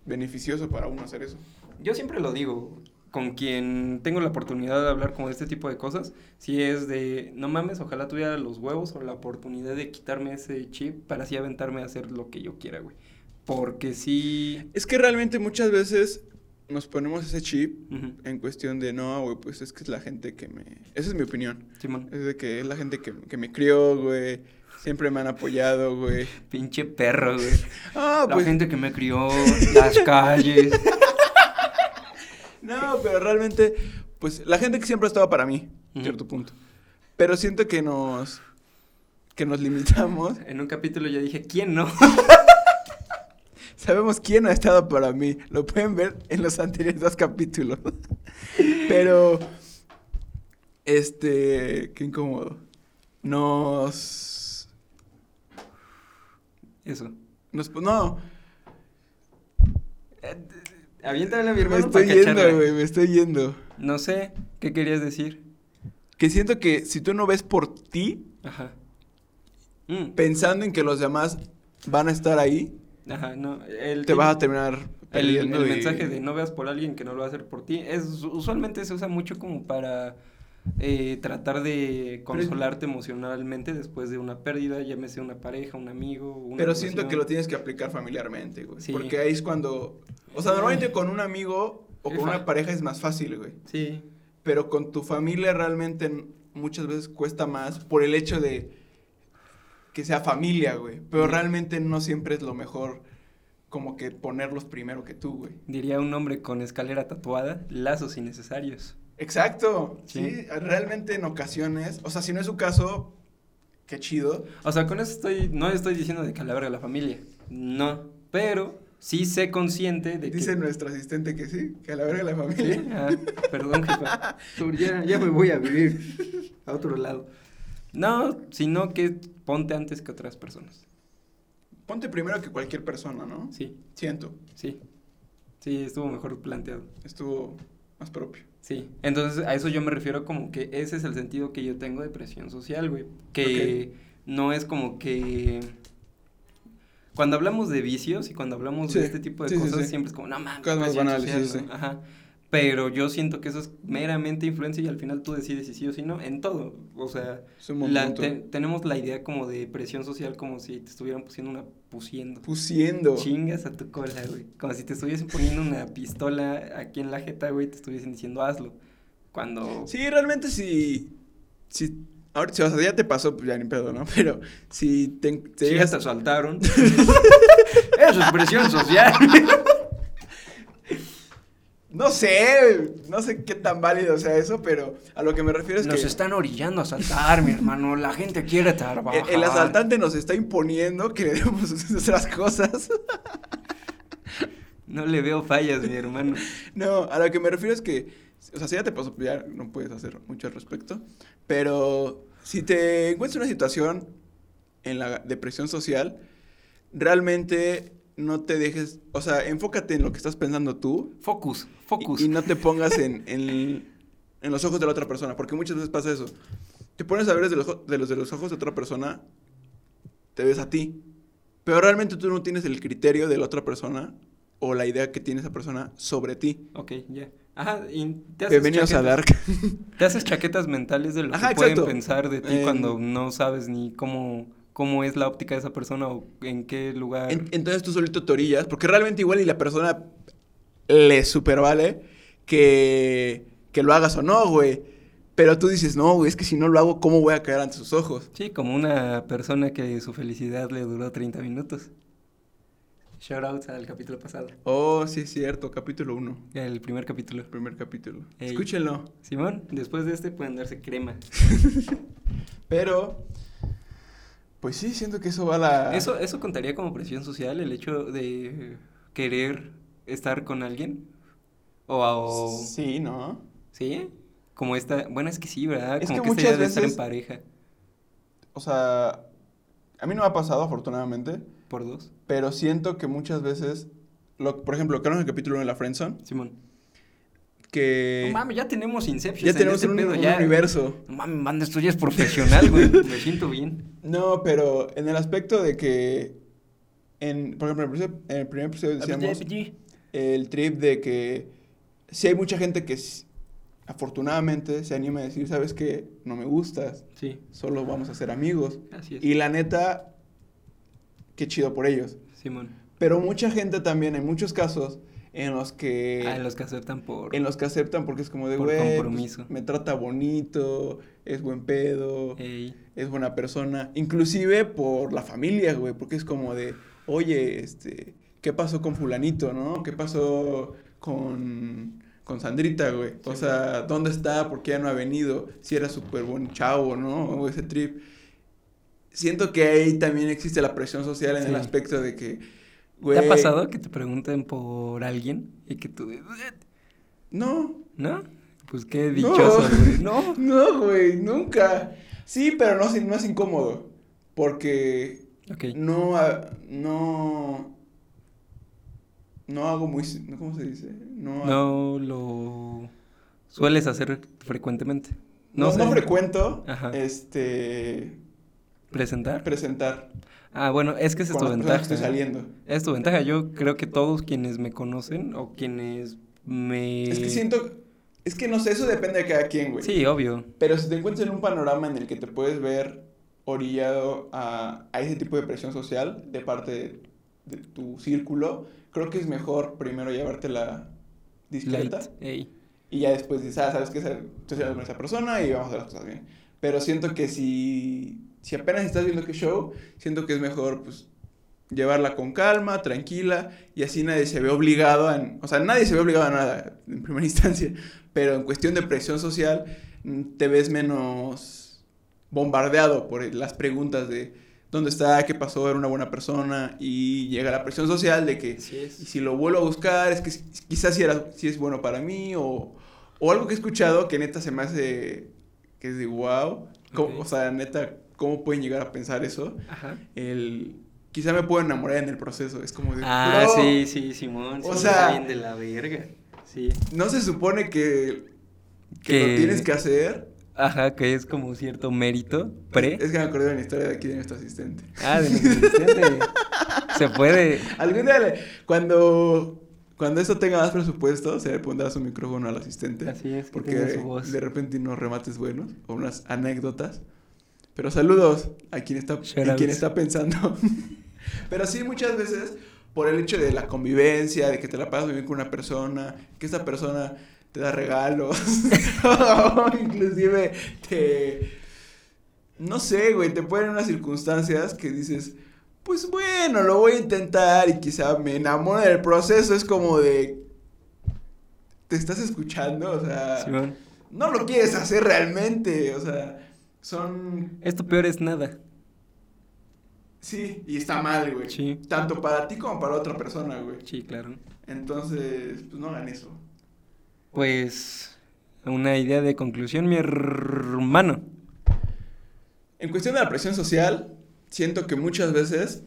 Speaker 1: beneficioso para uno hacer eso.
Speaker 2: Yo siempre lo digo. Con quien tengo la oportunidad de hablar como de este tipo de cosas, si es de no mames, ojalá tuviera los huevos o la oportunidad de quitarme ese chip para así aventarme a hacer lo que yo quiera, güey. Porque sí.
Speaker 1: Es que realmente muchas veces nos ponemos ese chip
Speaker 2: Ujú,
Speaker 1: en cuestión de no, güey, pues es que es la gente que me. Esa es mi opinión.
Speaker 2: Simón,
Speaker 1: Es de que es la gente que, que me crió, güey. Siempre me han apoyado, güey.
Speaker 2: pinche perro, güey.
Speaker 1: [laughs] Ah,
Speaker 2: la
Speaker 1: pues.
Speaker 2: gente que me
Speaker 1: [laughs]
Speaker 2: crió, las calles.
Speaker 1: No, pero realmente, pues la gente que siempre ha estado para mí,
Speaker 2: Ujú.
Speaker 1: cierto punto. Pero siento que nos. que nos limitamos.
Speaker 2: En un capítulo ya dije, ¿quién no? [laughs]
Speaker 1: Sabemos quién ha estado para mí. Lo pueden ver en los anteriores dos capítulos. [laughs] Pero. Este. Qué incómodo. Nos.
Speaker 2: Eso.
Speaker 1: nos no.
Speaker 2: Aviéntame a mi
Speaker 1: Me
Speaker 2: hermano
Speaker 1: estoy
Speaker 2: para cacharla.
Speaker 1: yendo, güey. Me estoy yendo.
Speaker 2: No sé, ¿qué querías decir?
Speaker 1: Que siento que si tú no ves por ti,
Speaker 2: Ajá. Mm,
Speaker 1: pensando en que los demás van a estar ahí,
Speaker 2: Ajá, no. El
Speaker 1: te
Speaker 2: tip-
Speaker 1: vas a terminar.
Speaker 2: el, el
Speaker 1: perdiendo y-
Speaker 2: mensaje de no veas por alguien que no lo va a hacer por ti, es usualmente se usa mucho como para eh, tratar de consolarte emocionalmente después de una pérdida, llámese una pareja, un amigo, una
Speaker 1: Pero siento que lo
Speaker 2: relación.
Speaker 1: tienes que aplicar familiarmente, güey.
Speaker 2: Sí.
Speaker 1: Porque ahí es cuando. O sea, normalmente con un amigo o
Speaker 2: Qué
Speaker 1: con
Speaker 2: fa-
Speaker 1: una pareja es más fácil, güey.
Speaker 2: Sí,
Speaker 1: Pero con tu familia realmente n- muchas veces cuesta más por el hecho de que sea familia, güey. Pero
Speaker 2: Sí.
Speaker 1: realmente no siempre es lo mejor como que ponerlos primero que tú, güey.
Speaker 2: diría un hombre con escalera tatuada, lazos innecesarios.
Speaker 1: Exacto.
Speaker 2: Sí.
Speaker 1: Sí. realmente en ocasiones, o sea, si no es su caso, Qué chido.
Speaker 2: O sea, con eso estoy, no estoy diciendo de que a la verga la familia. No. Pero sí sé consciente de que.
Speaker 1: Dice nuestro asistente que sí, que a la verga la familia.
Speaker 2: Ah, perdón, jefa.
Speaker 3: Sobre, [laughs] Ya, ya me voy a vivir a otro lado.
Speaker 2: No, sino que ponte antes que otras personas.
Speaker 1: Ponte primero que cualquier persona, ¿no?
Speaker 2: Sí,
Speaker 1: Siento,
Speaker 2: sí. Sí, estuvo mejor planteado.
Speaker 1: estuvo más propio.
Speaker 2: Sí. Entonces, a eso yo me refiero como que ese es el sentido que yo tengo de presión social, güey. Que no es como que. Cuando hablamos de vicios y cuando hablamos
Speaker 1: Sí,
Speaker 2: de este tipo de
Speaker 1: sí, sí,
Speaker 2: cosas,
Speaker 1: sí.
Speaker 2: siempre es como, no mames,
Speaker 1: Cosas más
Speaker 2: presión
Speaker 1: banales, sí, sí.
Speaker 2: ¿no? Ajá. Pero yo siento que eso es meramente influencia y al final tú decides si sí o si no en todo. O sea,
Speaker 1: Es un buen
Speaker 2: la-
Speaker 1: punto.
Speaker 2: te- tenemos la idea como de presión social como si te estuvieran pusiendo una pusiendo.
Speaker 1: Pusiendo.
Speaker 2: Chingas a tu cola, güey. Como si te estuviesen poniendo una pistola aquí en la jeta, güey, y te estuviesen diciendo hazlo. Cuando.
Speaker 1: Sí, realmente si, si ahorita si, o sea, ya te pasó, pues ya ni pedo, ¿no? [laughs] Pero si te, te
Speaker 2: Sí, ya
Speaker 1: llegas [laughs]
Speaker 2: te asaltaron. Eso es presión social.
Speaker 1: No sé, no sé qué tan válido sea eso, pero a lo que me refiero es
Speaker 2: Nos
Speaker 1: que
Speaker 2: están orillando a asaltar, mi hermano. La gente quiere trabajar.
Speaker 1: e- el, el asaltante nos está imponiendo que le demos [laughs] nuestras cosas.
Speaker 2: No le veo fallas, mi hermano.
Speaker 1: No, a lo que me refiero es que, o sea, si ya te pasó, pues ya no puedes hacer mucho al respecto, pero si te encuentras en una situación en la depresión social, realmente no te dejes, o sea, enfócate en lo que estás pensando tú
Speaker 2: Focus,
Speaker 1: y-
Speaker 2: focus.
Speaker 1: Y, no te pongas en, en- en los ojos de la otra persona, porque muchas veces pasa eso. Te pones a ver desde los, ojo- de los, de los ojos de otra persona, te ves a ti, pero realmente tú no tienes el criterio de la otra persona o la idea que tiene esa persona sobre ti.
Speaker 2: Ok, ya. Ajá, y te haces
Speaker 1: Bienvenidos a
Speaker 2: chaquetas-
Speaker 1: Dark.
Speaker 2: Te haces chaquetas mentales de lo
Speaker 1: Ajá,
Speaker 2: que pueden
Speaker 1: exacto.
Speaker 2: pensar de ti
Speaker 1: En-
Speaker 2: cuando no sabes ni cómo, cómo es la óptica de esa persona o en qué
Speaker 1: [laughs]
Speaker 2: lugar.
Speaker 1: En- entonces tú solito te orillas, porque realmente igual y la persona le supervale que, que lo hagas o no, güey. Pero tú dices, no, güey, es que si no lo hago, ¿cómo voy a caer ante sus ojos?
Speaker 2: Sí, como una persona que su felicidad le duró 30 minutos. Shout out al capítulo pasado,
Speaker 1: Oh, sí es cierto, capítulo 1.
Speaker 2: el primer capítulo.
Speaker 1: primer capítulo.
Speaker 2: Ey.
Speaker 1: Escúchenlo.
Speaker 2: Simón, después de este pueden darse crema.
Speaker 1: Pero, pues sí, siento que eso va a la...
Speaker 2: ¿Eso, ¿Eso contaría como presión social el hecho de querer estar con alguien? ¿O, o-
Speaker 1: Sí, ¿no?
Speaker 2: sí? Como esta... Bueno, es que sí, ¿verdad?
Speaker 1: Es
Speaker 2: Como
Speaker 1: que
Speaker 2: que, esta
Speaker 1: muchas
Speaker 2: idea de estar en
Speaker 1: veces-
Speaker 2: pareja
Speaker 1: O sea, a mí no me ha pasado afortunadamente,
Speaker 2: por dos.
Speaker 1: pero siento que muchas veces, lo, por ejemplo, creo en el capítulo de la Friendzone,
Speaker 2: Simón.
Speaker 1: que
Speaker 2: No mames, ya tenemos Inception.
Speaker 1: Eh, ya
Speaker 2: en
Speaker 1: tenemos
Speaker 2: este
Speaker 1: un,
Speaker 2: pedo,
Speaker 1: un
Speaker 2: ya.
Speaker 1: universo.
Speaker 2: No mames, manda, esto ya es
Speaker 1: [laughs]
Speaker 2: profesional, güey. Me siento bien.
Speaker 1: No, pero en el aspecto de que, en, por ejemplo, en el primer- en el primer episodio Pues decíamos... el trip de que si hay mucha gente que s- afortunadamente se anima a decir, sabes que no me gustas,
Speaker 2: Sí,
Speaker 1: solo vamos a ser amigos.
Speaker 2: así es.
Speaker 1: Y la neta, qué chido por ellos.
Speaker 2: Simón.
Speaker 1: Pero mucha gente también, en muchos casos, en los que...
Speaker 2: Ah, los que aceptan por...
Speaker 1: eh, En los que aceptan porque es como de,
Speaker 2: Por
Speaker 1: güey, pues,
Speaker 2: compromiso.
Speaker 1: me trata bonito, es buen pedo,
Speaker 2: Ey,
Speaker 1: es buena persona. Inclusive por la familia, güey, porque es como de, oye, este, ¿qué pasó con fulanito, no? ¿Qué pasó con, con Sandrita, güey? O sea, ¿dónde está? ¿Por qué ya no ha venido? Si era súper buen chavo, ¿no? O ese trip. Siento que ahí también existe la presión social en el
Speaker 2: Sí.
Speaker 1: aspecto de que,
Speaker 2: ¿Te
Speaker 1: güey...
Speaker 2: ha pasado que te pregunten por alguien y que tú... de-
Speaker 1: No,
Speaker 2: ¿No? Pues qué dichoso,
Speaker 1: [laughs] No.
Speaker 2: güey. No.
Speaker 1: no, güey, nunca. Sí, pero no, es- no es incómodo, porque
Speaker 2: Ok.
Speaker 1: No, ah, no, no hago muy, s- no, ¿cómo se dice? No, ha-
Speaker 2: No lo sueles hacer frecuentemente.
Speaker 1: no, no
Speaker 2: sé.
Speaker 1: frecuento,
Speaker 2: Ajá.
Speaker 1: este,
Speaker 2: Presentar.
Speaker 1: presentar
Speaker 2: Ah, bueno, es que esa es tu
Speaker 1: con las personas que
Speaker 2: ventaja.
Speaker 1: estoy saliendo.
Speaker 2: Es tu ventaja. Yo creo que todos quienes me conocen o quienes me...
Speaker 1: Es que siento, es que no sé, eso depende de cada quien, güey.
Speaker 2: Sí, obvio.
Speaker 1: Pero si te encuentras en un panorama en el que te puedes ver orillado a, a ese tipo de presión social de parte de, de tu círculo, creo que es mejor primero llevártela discreta.
Speaker 2: Light. Ey.
Speaker 1: Y ya después dices, ah, sabes que estoy saliendo con esa persona y vamos a hacer las cosas bien. Pero siento que si, si apenas estás viendo qué show, siento que es mejor, pues, llevarla con calma, tranquila, y así nadie se ve obligado a... O sea, nadie se ve obligado a nada en [laughs] primera instancia, pero en cuestión de presión social mm, te ves menos bombardeado por las preguntas de dónde está, qué pasó, era una buena persona y llega la presión social de que
Speaker 2: Así
Speaker 1: y
Speaker 2: es.
Speaker 1: si lo vuelvo a buscar, es que si- quizás si, era, si es bueno para mí o, o algo que he escuchado que neta se me hace que es de wow. Co-
Speaker 2: Ok.
Speaker 1: O sea, neta, ¿cómo pueden llegar a pensar eso?
Speaker 2: Ajá.
Speaker 1: El, quizá me puedo enamorar en el proceso. Es como de...
Speaker 2: Ah,
Speaker 1: "Bro,
Speaker 2: sí, sí, Simón.
Speaker 1: O
Speaker 2: sí,
Speaker 1: sea,
Speaker 2: está bien.
Speaker 3: bien de la verga.
Speaker 2: sí.
Speaker 1: No se supone que, que,
Speaker 2: Que-
Speaker 1: lo tienes que hacer.
Speaker 2: Ajá, que es como cierto mérito. Pre.
Speaker 1: Es que me acordé de una historia de aquí de nuestro asistente.
Speaker 2: Ah, de mi asistente. Se puede.
Speaker 1: Algún día, le- cuando, cuando esto tenga más presupuesto, se le pondrá su micrófono al asistente.
Speaker 2: Así es, que
Speaker 1: porque
Speaker 2: tenga su voz.
Speaker 1: de repente unos remates buenos o unas anécdotas. Pero saludos a quien está,
Speaker 2: Shout
Speaker 1: a quien
Speaker 2: outs.
Speaker 1: está pensando. [laughs] Pero sí, muchas veces, por el hecho de la convivencia, de que te la pasas muy bien con una persona, que esta persona te da regalos, [laughs] o inclusive te... No sé, güey, te ponen unas circunstancias que dices, pues bueno, lo voy a intentar y quizá me enamore del proceso. Es como de... ¿Te estás escuchando? O sea
Speaker 2: Simón.
Speaker 1: no lo quieres hacer realmente, o sea, son...
Speaker 2: Esto peor es nada.
Speaker 1: Sí, y está mal, güey.
Speaker 2: Sí.
Speaker 1: Tanto para ti como para otra persona, güey.
Speaker 2: Sí, claro.
Speaker 1: Entonces, pues no hagan eso.
Speaker 2: Pues. Una idea de conclusión, mi hermano.
Speaker 1: En cuestión de la presión social, siento que muchas veces...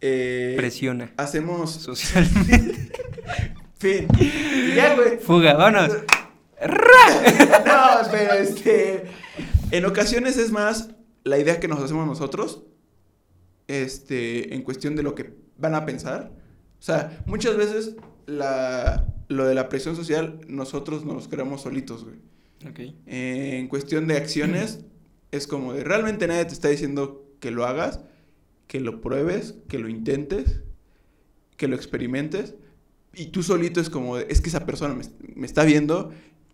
Speaker 1: eh,
Speaker 2: Presiona.
Speaker 1: Hacemos...
Speaker 2: Socialmente.
Speaker 1: [laughs] Fin. Y ya, güey.
Speaker 2: Fuga, vámonos.
Speaker 1: No, pero este. En ocasiones es más la idea que nos hacemos nosotros. Este. En cuestión de lo que van a pensar. O sea, muchas veces la, lo de la presión social nosotros nos los creamos solitos, güey.
Speaker 2: Ok.
Speaker 1: Eh, en cuestión de acciones, es como de realmente nadie te está diciendo que lo hagas, que lo pruebes, que lo intentes, que lo experimentes. Y tú solito es como, de, es que esa persona me, me está viendo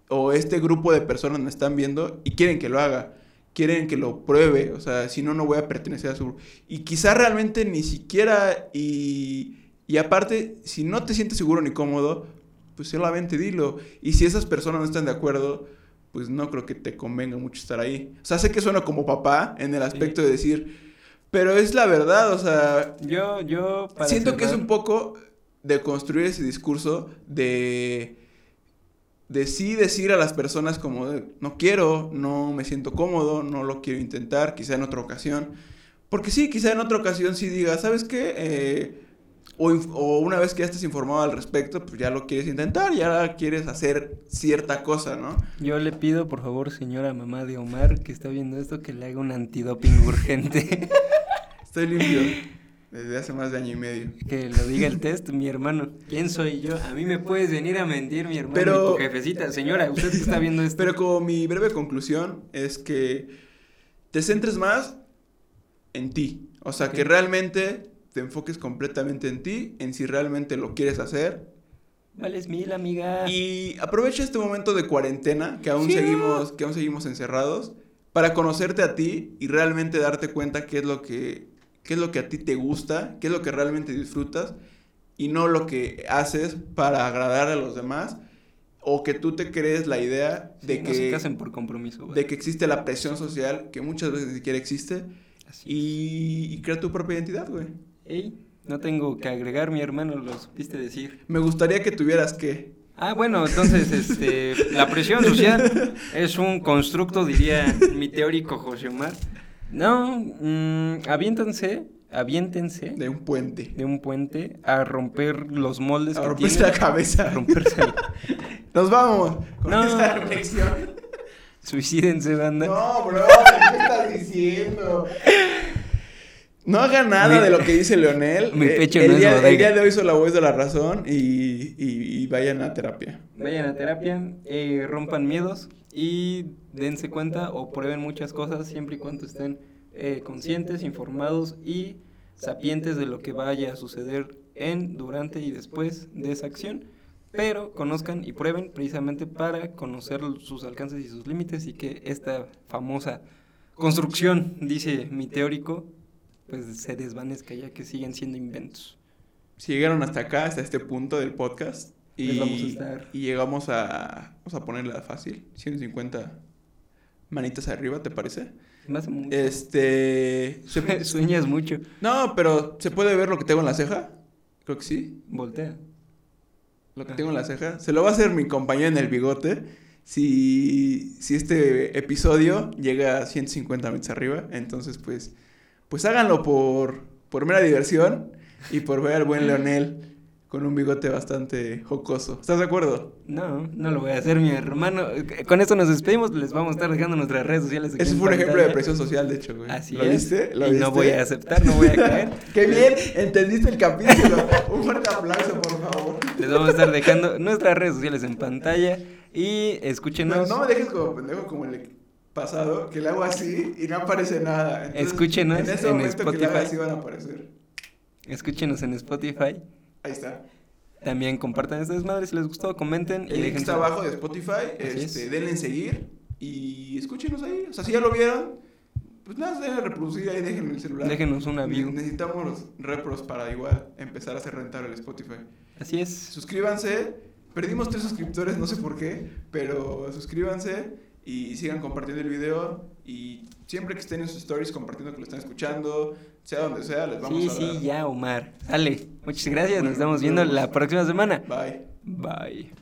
Speaker 1: o este grupo de personas me están viendo y quieren que lo haga, quieren que lo pruebe, o sea, si no, no voy a pertenecer a su grupo. Y quizá realmente ni siquiera, y, y aparte, si no te sientes seguro ni cómodo, pues solamente dilo. Y si esas personas no están de acuerdo, pues no creo que te convenga mucho estar ahí. O sea, sé que suena como papá en el aspecto de decir, pero es la verdad, o sea,
Speaker 2: Yo, yo. para
Speaker 1: Siento que es
Speaker 2: cerrar-
Speaker 1: un poco de construir ese discurso de. De sí decir a las personas como de, no quiero, no me siento cómodo, no lo quiero intentar, quizá en otra ocasión. Porque sí, quizá en otra ocasión sí digas, ¿sabes qué? Eh, o, inf- o una vez que ya estés informado al respecto, pues ya lo quieres intentar, ya quieres hacer cierta cosa, ¿no?
Speaker 2: Yo le pido, por favor, señora mamá de Omar, que está viendo esto, que le haga un antidoping urgente.
Speaker 1: Estoy limpio desde hace más de año y medio.
Speaker 2: que lo diga el test, mi hermano. ¿Quién soy yo? A mí me puedes venir a mentir, mi hermano.
Speaker 1: Pero-
Speaker 2: y tu jefecita, señora, usted que está viendo esto.
Speaker 1: Pero como mi breve conclusión es que te centres más en ti. O sea, que
Speaker 2: Ok.
Speaker 1: realmente te enfoques completamente en ti, en si realmente lo quieres hacer.
Speaker 2: ¿Cuál es mil, amiga?
Speaker 1: Y aprovecha este momento de cuarentena que aún,
Speaker 2: Ah. Sí.
Speaker 1: seguimos, que aún seguimos encerrados para conocerte a ti y realmente darte cuenta qué es lo que qué es lo que a ti te gusta, qué es lo que realmente disfrutas y no lo que haces para agradar a los demás o que tú te crees la idea de
Speaker 2: Sí,
Speaker 1: que
Speaker 2: No se casen por compromiso, güey.
Speaker 1: de que existe la presión social, que muchas veces ni siquiera existe,
Speaker 2: Así.
Speaker 1: y, y crea tu propia identidad, güey.
Speaker 2: Ey, no tengo que agregar, mi hermano, lo supiste decir.
Speaker 1: Me gustaría que tuvieras que...
Speaker 2: Ah, bueno, entonces, este, la presión social es un constructo, diría mi teórico José Omar. No, mm, aviéntense, aviéntense
Speaker 1: De un puente.
Speaker 2: de un puente a romper los moldes
Speaker 1: A
Speaker 2: que
Speaker 1: romperse
Speaker 2: tienen.
Speaker 1: la cabeza.
Speaker 2: A romperse.
Speaker 1: Nos vamos. Con
Speaker 2: No.
Speaker 1: esta reflexión.
Speaker 2: Suicídense, banda.
Speaker 1: No, bro, ¿qué estás diciendo? No haga nada
Speaker 2: Mi-
Speaker 1: de lo que dice Leonel.
Speaker 2: Mi
Speaker 1: Eh,
Speaker 2: pecho
Speaker 1: el
Speaker 2: no es
Speaker 1: día, El
Speaker 2: bodega.
Speaker 1: día de hoy hizo la voz de la razón y, y- y vayan a terapia.
Speaker 2: Vayan a terapia, eh, rompan miedos y dense cuenta o prueben muchas cosas siempre y cuando estén eh, conscientes, informados y sapientes de lo que vaya a suceder en, durante y después de esa acción. Pero conozcan y prueben precisamente para conocer sus alcances y sus límites y que esta famosa construcción, dice mi teórico, pues se desvanezca ya que siguen siendo inventos.
Speaker 1: Si llegaron hasta acá, hasta este punto del podcast, y,
Speaker 2: Les vamos a estar-
Speaker 1: y llegamos a, vamos a ponerla fácil, 150 manitas arriba, ¿te parece?
Speaker 2: Me hace mucho.
Speaker 1: Este.
Speaker 2: Sue- [laughs] Sueñas mucho.
Speaker 1: No, pero ¿se puede ver lo que tengo en la ceja? Creo que sí.
Speaker 2: Voltea.
Speaker 1: Lo que tengo en la ceja. Se lo va a hacer mi compañero en el bigote. Si, si este episodio llega a 150 metros arriba. Entonces, pues, pues háganlo por, por mera diversión y por ver al buen Leonel con un bigote bastante jocoso. ¿Estás de acuerdo?
Speaker 2: No, no lo voy a hacer, mi hermano. Con esto nos despedimos. Les vamos a estar dejando nuestras redes sociales. aquí
Speaker 1: Ese
Speaker 2: en
Speaker 1: fue un ejemplo de
Speaker 2: pantalla.
Speaker 1: presión social, de hecho, güey.
Speaker 2: Así
Speaker 1: ¿Lo
Speaker 2: es.
Speaker 1: viste? ¿Lo
Speaker 2: y
Speaker 1: viste?
Speaker 2: no voy a aceptar, no voy a caer.
Speaker 1: [laughs] ¡Qué bien! ¿Entendiste el capítulo? Un fuerte aplauso, por favor.
Speaker 2: Les vamos a estar dejando nuestras redes sociales en pantalla. Y
Speaker 1: No,
Speaker 2: escúchenos.
Speaker 1: no me dejes como pendejo como el pasado, que le hago así y no aparece nada. Entonces,
Speaker 2: Escúchenos
Speaker 1: en ese
Speaker 2: en
Speaker 1: momento que le haga
Speaker 2: Spotify.
Speaker 1: así van a aparecer.
Speaker 2: Escúchenos en Spotify.
Speaker 1: Ahí está.
Speaker 2: También compartan estas desmadre si les gustó, comenten.
Speaker 1: El link
Speaker 2: dejen
Speaker 1: está
Speaker 2: su-
Speaker 1: abajo de Spotify.
Speaker 2: Así
Speaker 1: Este,
Speaker 2: es.
Speaker 1: denle en seguir y escúchenos ahí. O sea, si ya lo vieron, pues nada, denle a reproducir ahí, dejen el celular.
Speaker 2: Déjenos una view.
Speaker 1: Necesitamos repros para igual empezar a hacer rentable el Spotify.
Speaker 2: Así es.
Speaker 1: Suscríbanse. Perdimos tres suscriptores, no sé por qué, pero suscríbanse y sigan compartiendo el video. Y siempre que estén en sus stories compartiendo que lo están escuchando, sea donde sea, les vamos
Speaker 2: Sí,
Speaker 1: a
Speaker 2: sí,
Speaker 1: dar.
Speaker 2: ya, Omar. Sale. Muchas gracias.
Speaker 1: Bueno,
Speaker 2: Nos estamos
Speaker 1: nos
Speaker 2: viendo
Speaker 1: vemos.
Speaker 2: la próxima semana.
Speaker 1: Bye.
Speaker 2: Bye.